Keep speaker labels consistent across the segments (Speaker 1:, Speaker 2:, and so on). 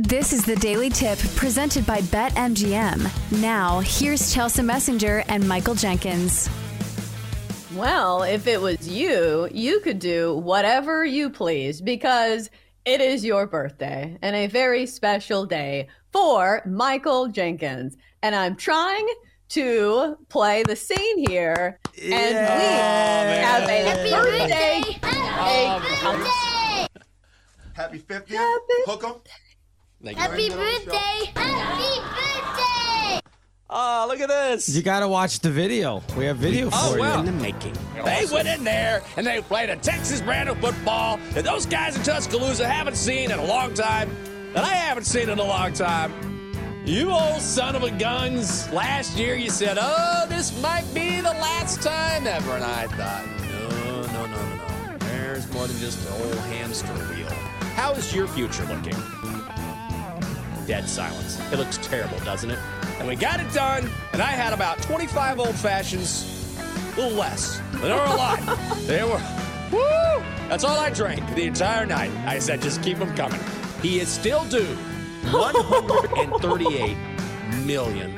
Speaker 1: This is the Daily Tip presented by BetMGM. Now, here's Chelsea Messenger and Michael Jenkins.
Speaker 2: Well, if it was you, you could do whatever you please because it is your birthday and a very special day for Michael Jenkins. And I'm trying to play the scene here. And we have a birthday.
Speaker 3: Happy 50th.
Speaker 2: Happy-
Speaker 3: Hook 'em.
Speaker 4: Happy birthday! Happy birthday!
Speaker 5: Oh, look at this.
Speaker 6: You got to watch the video. We have video
Speaker 5: Oh,
Speaker 6: for
Speaker 5: wow.
Speaker 6: you.
Speaker 7: the making.
Speaker 5: They went in there and they played a Texas brand of football that those guys in Tuscaloosa haven't seen in a long time, that I haven't seen in a long time. You old son of a guns. Last year you said, oh, this might be the last time ever. And I thought, no, no, no, no, no. There's more than just the old hamster wheel. How is your future looking? Dead silence. It looks terrible, doesn't it? And we got it done, and I had about 25 old fashions a little less. They were a lot. they were. Woo! That's all I drank the entire night. I said, just keep them coming. He is still due $138 million.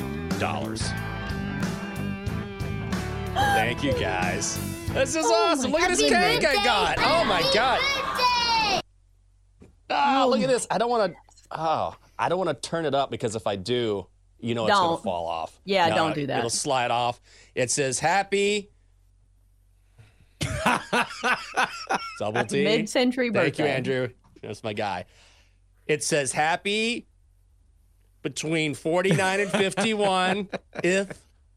Speaker 5: Thank you guys. This is awesome. Look at this
Speaker 4: Oh Happy
Speaker 5: cake I
Speaker 4: birthday!
Speaker 5: got. Oh my
Speaker 4: Happy
Speaker 5: God.
Speaker 4: birthday!
Speaker 5: Ah, look at this. I don't want to. Oh, I don't want to turn it up because if I do, you know it's going
Speaker 2: Don't.
Speaker 5: to fall off.
Speaker 2: Yeah, don't do that.
Speaker 5: It'll slide off. It says happy. Double D.
Speaker 2: Mid century birthday.
Speaker 5: Thank you, Andrew. That's my guy. It says happy between 49 and 51 if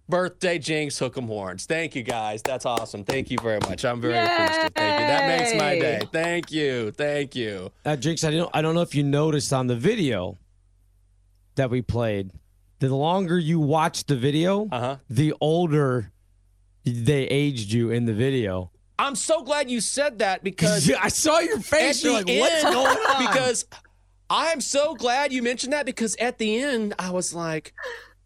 Speaker 5: birthday jinx hook 'em horns. Thank you guys. That's awesome. Thank you very much. I'm very appreciative. Thank you. That makes my
Speaker 2: Yay.
Speaker 5: day. Thank you. Thank you.
Speaker 6: Now, Jinx, Uh, I don't, I don't know if you noticed on the video that we played, the longer you watch the video,
Speaker 5: Uh-huh.
Speaker 6: the older they aged you in the video.
Speaker 5: I'm so glad you said that because
Speaker 6: I saw your
Speaker 5: at
Speaker 6: face.
Speaker 5: the
Speaker 6: You're like,
Speaker 5: end,
Speaker 6: what's going on?
Speaker 5: because I'm so glad you mentioned that because at the end I was like,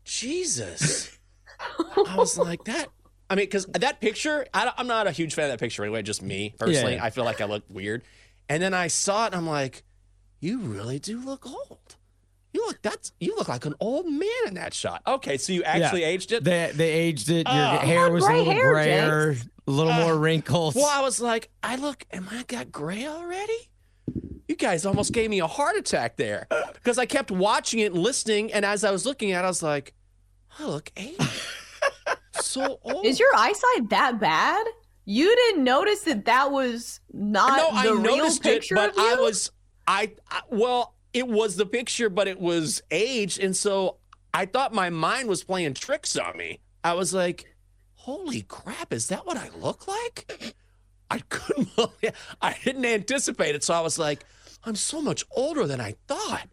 Speaker 5: Jesus. I was like that. I mean, because that picture, I, am not a huge fan of that picture anyway. Just me personally,
Speaker 6: yeah.
Speaker 5: I feel like I look weird. And then I saw it, and I'm like, you really do look old. You look that's you look like an old man in that shot. Okay, so you actually aged it.
Speaker 6: They, they aged it. Your
Speaker 5: Oh.
Speaker 6: hair was a
Speaker 2: Gray
Speaker 6: little
Speaker 2: hair,
Speaker 6: grayer, a little
Speaker 5: Uh,
Speaker 6: more wrinkles.
Speaker 5: Well, I was like, I look, am I got gray already? You guys almost gave me a heart attack there because I kept watching it and listening. And as I was looking at it, I was like, I look eight. so old.
Speaker 2: Is your eyesight that bad? You didn't notice that that was not
Speaker 5: no,
Speaker 2: the
Speaker 5: I
Speaker 2: real
Speaker 5: noticed it,
Speaker 2: picture
Speaker 5: but
Speaker 2: of you?
Speaker 5: I was, I, I, well, it was the picture, but it was aged. And so I thought my mind was playing tricks on me. I was like, holy crap, is that what I look like? I couldn't believe I didn't anticipate it. So I was like, I'm so much older than I thought.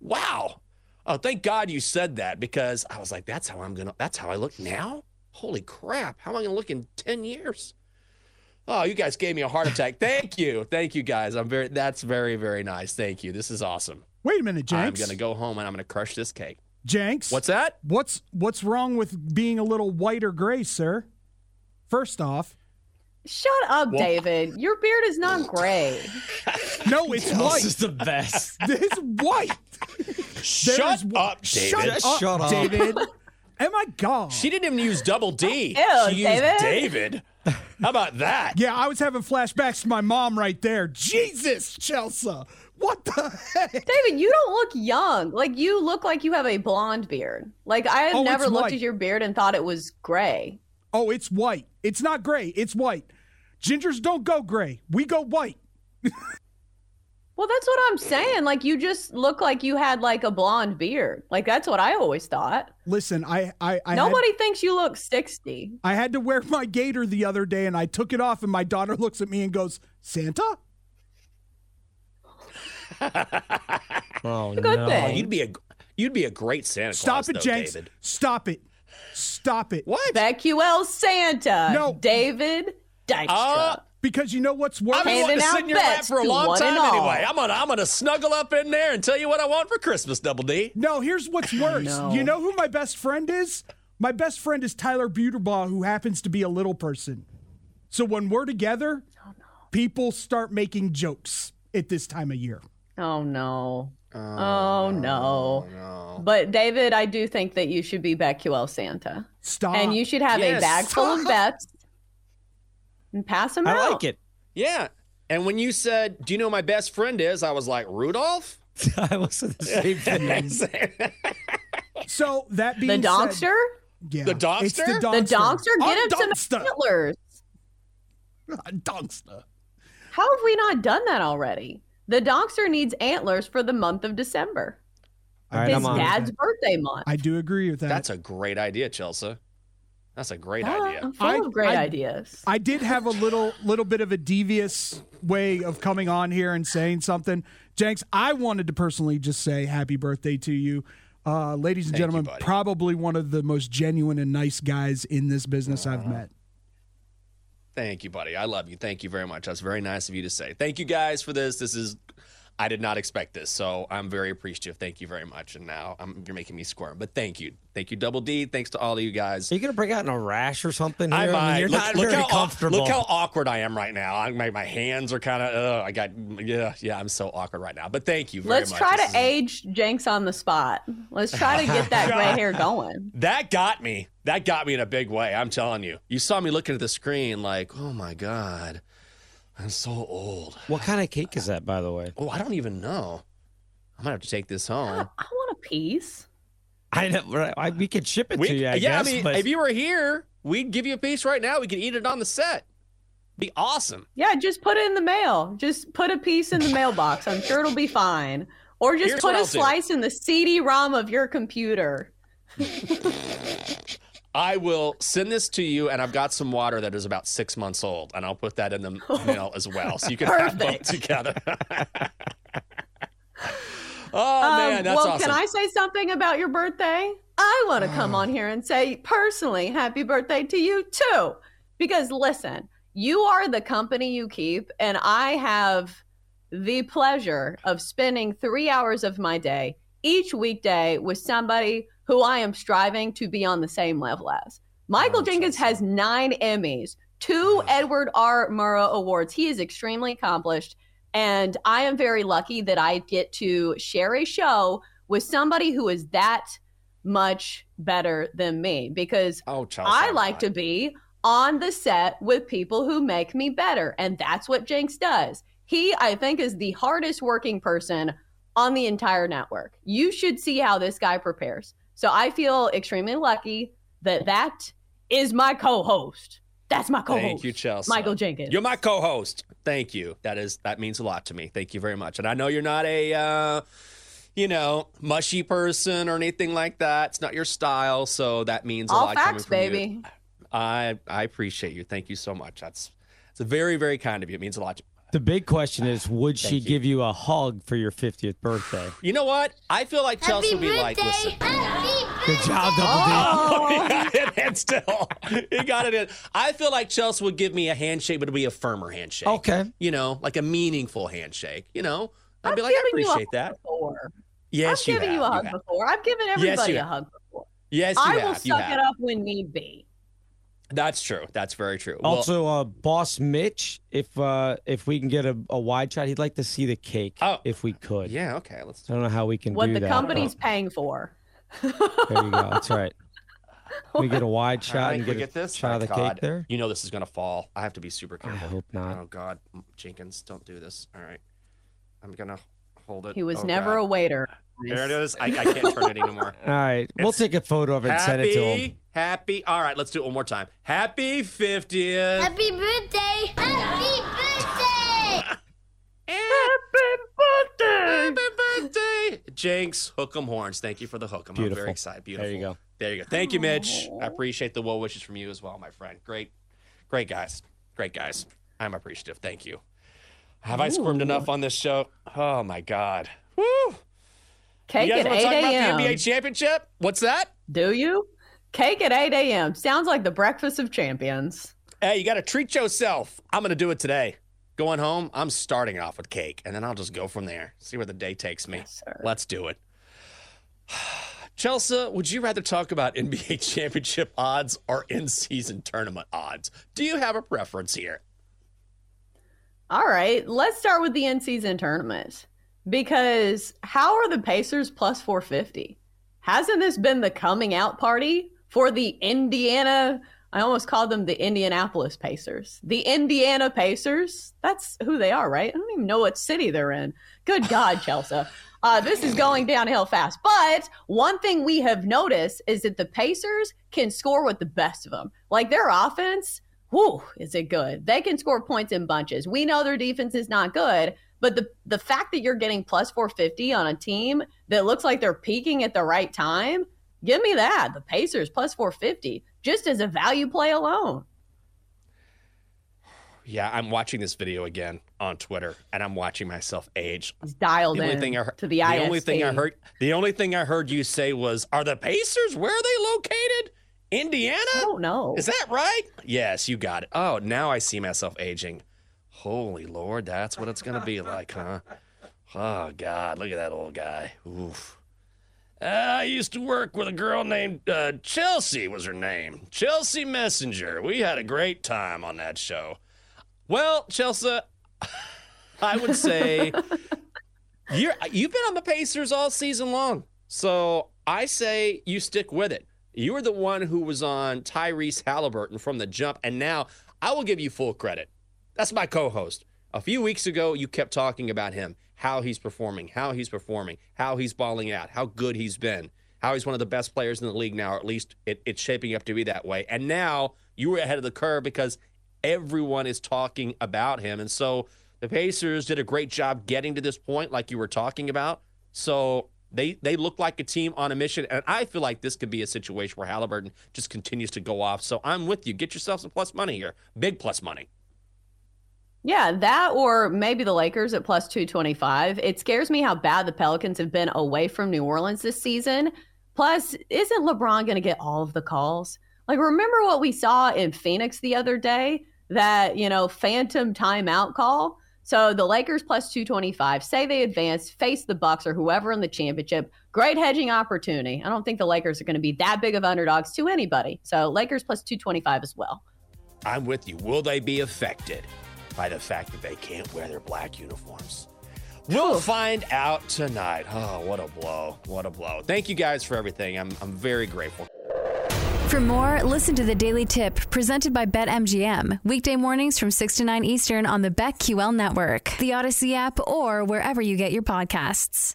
Speaker 5: Wow. Oh, thank God you said that because I was like, that's how I'm gonna that's how I look now? Holy crap, how am I gonna look in 10 years? Oh, you guys gave me a heart attack. Thank you. Thank you guys. I'm very that's very, very nice. Thank you. This is awesome.
Speaker 8: Wait a minute, Jenks.
Speaker 5: I'm gonna go home and I'm gonna crush this cake.
Speaker 8: Jenks,
Speaker 5: What's that?
Speaker 8: what's what's wrong with being a little white or gray, sir? First off,
Speaker 2: Shut up, David. Your beard is not gray.
Speaker 8: no, it's
Speaker 6: this is
Speaker 8: white.
Speaker 6: the best.
Speaker 8: It's white.
Speaker 5: Shut
Speaker 8: is-
Speaker 5: up, David.
Speaker 8: Shut
Speaker 6: Just
Speaker 8: up,
Speaker 6: shut up.
Speaker 8: David. Oh my God.
Speaker 5: She didn't even use double D.
Speaker 2: Ew,
Speaker 5: she used David. How about that?
Speaker 8: yeah, I was having flashbacks to my mom right there. Jesus, Chelsea. What the heck?
Speaker 2: David, you don't look young. Like you look like you have a blonde beard. Like I have
Speaker 8: Oh,
Speaker 2: never
Speaker 8: it's
Speaker 2: looked
Speaker 8: white.
Speaker 2: at your beard and thought it was gray.
Speaker 8: Oh, it's white. It's not gray. It's white. Gingers don't go gray. We go white.
Speaker 2: Well, that's what I'm saying. Like you just look like you had like a blonde beard. Like that's what I always thought.
Speaker 8: Listen, I I, I had-
Speaker 2: Nobody thinks you look 60.
Speaker 8: I had to wear my gator the other day and I took it off and my daughter looks at me and goes, "Santa?"
Speaker 6: Oh
Speaker 8: Good
Speaker 6: no!
Speaker 8: thing.
Speaker 5: You'd be a you'd be a great Santa
Speaker 8: Stop
Speaker 5: Claus,
Speaker 8: it,
Speaker 5: though,
Speaker 8: Jenks.
Speaker 5: David.
Speaker 8: Stop it. Stop it.
Speaker 5: What?
Speaker 2: BetQL Santa.
Speaker 8: No.
Speaker 2: David Dykstra.
Speaker 5: Uh,
Speaker 8: because you know what's worse?
Speaker 5: I've been wanting
Speaker 2: Handing out
Speaker 5: to sit in your lap
Speaker 2: bets
Speaker 5: for a
Speaker 2: to
Speaker 5: long
Speaker 2: one and
Speaker 5: time
Speaker 2: all.
Speaker 5: anyway. I'm gonna I'm gonna snuggle up in there and tell you what I want for Christmas, Double D.
Speaker 8: No, here's what's worse. You know who my best friend is? My best friend is Tyler Buterbaugh, who happens to be a little person. So when we're together, people start making jokes at this time of year.
Speaker 2: Oh no. Oh, no. But David, I do think that you should be BetQL Santa.
Speaker 8: Stop.
Speaker 2: and you should have
Speaker 5: Yes.
Speaker 2: a bag full of bets and pass them out.
Speaker 6: I like it.
Speaker 5: Yeah. And when you said, "Do you know who my best friend is?" I was like, "Rudolph."
Speaker 6: I listen to the same thing.
Speaker 5: the
Speaker 8: So that
Speaker 2: The
Speaker 8: being said,
Speaker 2: donkster?
Speaker 8: yeah,
Speaker 5: The donkster?
Speaker 8: it's the
Speaker 5: The
Speaker 8: donkster,
Speaker 2: The donkster? Get
Speaker 8: I'm
Speaker 2: him some
Speaker 8: donkster.
Speaker 2: antlers.
Speaker 8: donkster.
Speaker 2: How have we not done that already? The donkster needs antlers for the month of December.
Speaker 8: I
Speaker 6: All right,
Speaker 8: do
Speaker 2: His
Speaker 6: I'm on.
Speaker 8: agree with
Speaker 2: dad's
Speaker 8: that.
Speaker 2: birthday month.
Speaker 8: I do agree with that.
Speaker 5: That's a great idea, Chelsea. That's a great
Speaker 2: Ah,
Speaker 5: idea.
Speaker 2: I'm full
Speaker 8: I-
Speaker 2: of great
Speaker 8: I-
Speaker 2: ideas.
Speaker 8: I did have a little little bit of a devious way of coming on here and saying something. Jenks, I wanted to personally just say happy birthday to you. Uh, ladies and
Speaker 5: Thank you,
Speaker 8: gentlemen,
Speaker 5: buddy.
Speaker 8: probably one of the most genuine and nice guys in this business I've met.
Speaker 5: Uh-huh. Thank you, buddy. I love you. Thank you very much. That's very nice of you to say. Thank you guys for this. This is I did not expect this, so I'm very appreciative. Thank you very much. And now I'm, you're making me squirm, but thank you, thank you, Double D. Thanks to all of you guys.
Speaker 6: Are you gonna break out in a rash or something? Here?
Speaker 5: I
Speaker 6: mean,
Speaker 5: might
Speaker 6: you're
Speaker 5: look,
Speaker 6: not
Speaker 5: look
Speaker 6: very
Speaker 5: how au-
Speaker 6: comfortable.
Speaker 5: look how awkward I am right now. I, my, my hands are kind of uh, I got yeah yeah I'm so awkward right now. But thank you very
Speaker 2: Let's
Speaker 5: much.
Speaker 2: try
Speaker 5: This
Speaker 2: to
Speaker 5: is-
Speaker 2: age Jenks on the spot. Let's try to get that gray hair going.
Speaker 5: That got me. That got me in a big way. I'm telling you. You saw me looking at the screen like, oh my god, I'm so old.
Speaker 6: what kind of cake is that, by the way?
Speaker 5: Oh, I don't even know. I'm gonna have to take this home.
Speaker 2: I want a piece.
Speaker 6: I know. right, I, we could ship it
Speaker 5: We-
Speaker 6: to you. I
Speaker 5: yeah,
Speaker 6: guess,
Speaker 5: I mean,
Speaker 6: but
Speaker 5: if you were here, we'd give you a piece right now. We could eat it on the set. Be awesome.
Speaker 2: Yeah, just put it in the mail. Just put a piece in the mailbox. I'm sure it'll be fine. Or just
Speaker 5: Here's
Speaker 2: put
Speaker 5: what
Speaker 2: a
Speaker 5: I'll do.
Speaker 2: slice in the CD-ROM of your computer.
Speaker 5: I will send this to you, and I've got some water that is about six months old, and I'll put that in the mail as well, so you can have both
Speaker 2: Perfect.
Speaker 5: together. oh man,
Speaker 2: Um,
Speaker 5: that's
Speaker 2: well,
Speaker 5: awesome.
Speaker 2: can I say something about your birthday? I want to come on here and say personally, happy birthday to you too. Because listen, you are the company you keep, and I have the pleasure of spending three hours of my day each weekday with somebody who I am striving to be on the same level as. Michael
Speaker 5: Oh,
Speaker 2: Jenkins has nine Emmys, two Edward R. Murrow Awards. He is extremely accomplished. And I am very lucky that I get to share a show with somebody who is that much better than me because
Speaker 5: oh, Chelsea,
Speaker 2: I
Speaker 5: I'm
Speaker 2: like
Speaker 5: not.
Speaker 2: to be on the set with people who make me better. And that's what Jenks does. He, I think, is the hardest working person on the entire network. You should see how this guy prepares. So I feel extremely lucky that that is my co host. That's my co host.
Speaker 5: Thank you, Chelsea.
Speaker 2: Michael Jenkins.
Speaker 5: You're my co-host. Thank you. That is that means a lot to me. Thank you very much. And I know you're not a uh, you know mushy person or anything like that. It's not your style, so that means a
Speaker 2: All
Speaker 5: lot.
Speaker 2: facts,
Speaker 5: coming from you.
Speaker 2: baby.
Speaker 5: I I appreciate you. Thank you so much. That's it's very very kind of you. It means a lot. to
Speaker 6: the big question is, would she
Speaker 5: Thank you.
Speaker 6: give you a hug for your 50th birthday?
Speaker 5: You know what? I feel like
Speaker 4: Happy
Speaker 5: Chelsea would be like, listen.
Speaker 4: birthday. Happy
Speaker 6: Good job, Double
Speaker 5: Oh, he got it in still. He got it in. I feel like Chelsea would give me a handshake, but it'd be a firmer handshake.
Speaker 6: D. Okay.
Speaker 5: You know, like a meaningful handshake. You know, I'd be
Speaker 2: I've
Speaker 5: like, I
Speaker 2: given you a
Speaker 5: appreciate
Speaker 2: hug
Speaker 5: that.
Speaker 2: Before.
Speaker 5: Yes,
Speaker 2: I've
Speaker 5: you
Speaker 2: given
Speaker 5: have.
Speaker 2: you a hug
Speaker 5: have.
Speaker 2: before. I've given
Speaker 5: you
Speaker 2: everybody a
Speaker 5: have.
Speaker 2: hug before.
Speaker 5: Yes, you
Speaker 2: I
Speaker 5: have.
Speaker 2: will
Speaker 5: you
Speaker 2: suck it
Speaker 5: have.
Speaker 2: up when need be.
Speaker 5: That's true. That's very true. Well,
Speaker 6: Also, uh, boss Mitch, if uh, if we can get a, a wide shot, he'd like to see the cake
Speaker 5: Oh.
Speaker 6: if we could.
Speaker 5: yeah. Okay. Let's.
Speaker 6: I don't know how we can
Speaker 2: What
Speaker 6: do
Speaker 2: the
Speaker 6: that,
Speaker 2: company's
Speaker 5: Oh.
Speaker 6: but
Speaker 2: paying for.
Speaker 6: There you go. That's right. We get a wide shot
Speaker 5: All right,
Speaker 6: and
Speaker 5: we
Speaker 6: get, a shot of
Speaker 5: Oh,
Speaker 6: the
Speaker 5: God.
Speaker 6: cake there.
Speaker 5: You know this is gonna fall. I have to be super
Speaker 6: I
Speaker 5: careful.
Speaker 6: hope not.
Speaker 5: Oh God, Jenkins, don't do this. All right, I'm gonna Hold it.
Speaker 2: He was
Speaker 5: Oh,
Speaker 2: never
Speaker 5: God.
Speaker 2: a waiter.
Speaker 5: There it is. I, I can't turn it anymore.
Speaker 6: All right, we'll take a photo of it and send it to him.
Speaker 5: Uh, Happy, happy. All right, let's do it one more time. Happy 50th.
Speaker 4: Happy birthday! Happy birthday!
Speaker 5: Happy birthday. Jinx, hook 'em horns. Thank you for the hook 'em. I'm
Speaker 6: Beautiful.
Speaker 5: very excited. Beautiful.
Speaker 6: There you go.
Speaker 5: There you go. Thank you, Mitch. I appreciate the well wishes from you as well, my friend. Great, great guys. Great guys. I'm appreciative. Thank you. Have I squirmed enough on this show? Oh my God. Woo!
Speaker 2: Cake
Speaker 5: you guys
Speaker 2: at
Speaker 5: want to
Speaker 2: 8
Speaker 5: talk about
Speaker 2: a.m.
Speaker 5: the NBA championship? What's that?
Speaker 2: Do you? Cake at 8 a.m. Sounds like the breakfast of champions.
Speaker 5: Hey, you got to treat yourself. I'm going to do it today. Going home, I'm starting off with cake, and then I'll just go from there. See where the day takes me. Let's do it. Chelsea, would you rather talk about NBA championship odds or in-season tournament odds? Do you have a preference here?
Speaker 2: All right, let's start with the in season tournament because how are the Pacers plus 450? Hasn't this been the coming out party for the Indiana? I almost called them the Indianapolis Pacers. The Indiana Pacers, that's who they are, right? I don't even know what city they're in. Good God, Chelsea. Uh, this is going downhill fast. But one thing we have noticed is that the Pacers can score with the best of them. Like their offense, whew, is it good? They can score points in bunches. We know their defense is not good, but the the fact that you're getting plus 450 on a team that looks like they're peaking at the right time, give me that. The Pacers plus 450 just as a value play alone.
Speaker 5: Yeah, I'm watching this video again on Twitter, and I'm watching myself age.
Speaker 2: He's dialed
Speaker 5: The only
Speaker 2: in
Speaker 5: thing I heard,
Speaker 2: Oh, to the ISP.
Speaker 5: only thing I heard, the only thing I heard you say was, "Are the Pacers where are they located? Indiana? I
Speaker 2: don't know.
Speaker 5: Is that right?" Yes, you got it. Oh, now I see myself aging. Holy Lord, that's what it's gonna be like, huh? Oh God, look at that old guy. Oof. Uh, I used to work with a girl named uh, Chelsea. Was her name Chelsea Messenger? We had a great time on that show. Well, Chelsea, I would say you're, you've been on the Pacers all season long. So I say you stick with it. You were the one who was on Tyrese Halliburton from the jump. And now I will give you full credit. That's my co host. A few weeks ago, you kept talking about him, how he's performing, how he's performing, how he's balling out, how good he's been, how he's one of the best players in the league now, or at least it, it's shaping up to be that way. And now you were ahead of the curve because everyone is talking about him. And so the Pacers did a great job getting to this point, like you were talking about. So they they look like a team on a mission, and I feel like this could be a situation where Halliburton just continues to go off. So I'm with you. Get yourself some plus money here, big plus money.
Speaker 2: Yeah, that or maybe the Lakers at plus 225. It scares me how bad the Pelicans have been away from New Orleans this season. Plus, isn't LeBron going to get all of the calls? Like, remember what we saw in Phoenix the other day? That, you know, phantom timeout call? So the Lakers plus 225, say they advance, face the Bucks or whoever in the championship. Great hedging opportunity. I don't think the Lakers are going to be that big of underdogs to anybody. So Lakers plus 225 as well.
Speaker 5: I'm with you. Will they be affected by the fact that they can't wear their black uniforms? We'll find out tonight. Oh, what a blow. What a blow. Thank you guys for everything. I'm, I'm very grateful.
Speaker 1: For more, listen to the Daily Tip presented by BetMGM. Weekday mornings from 6 to 9 Eastern on the BetQL network, the Odyssey app, or wherever you get your podcasts.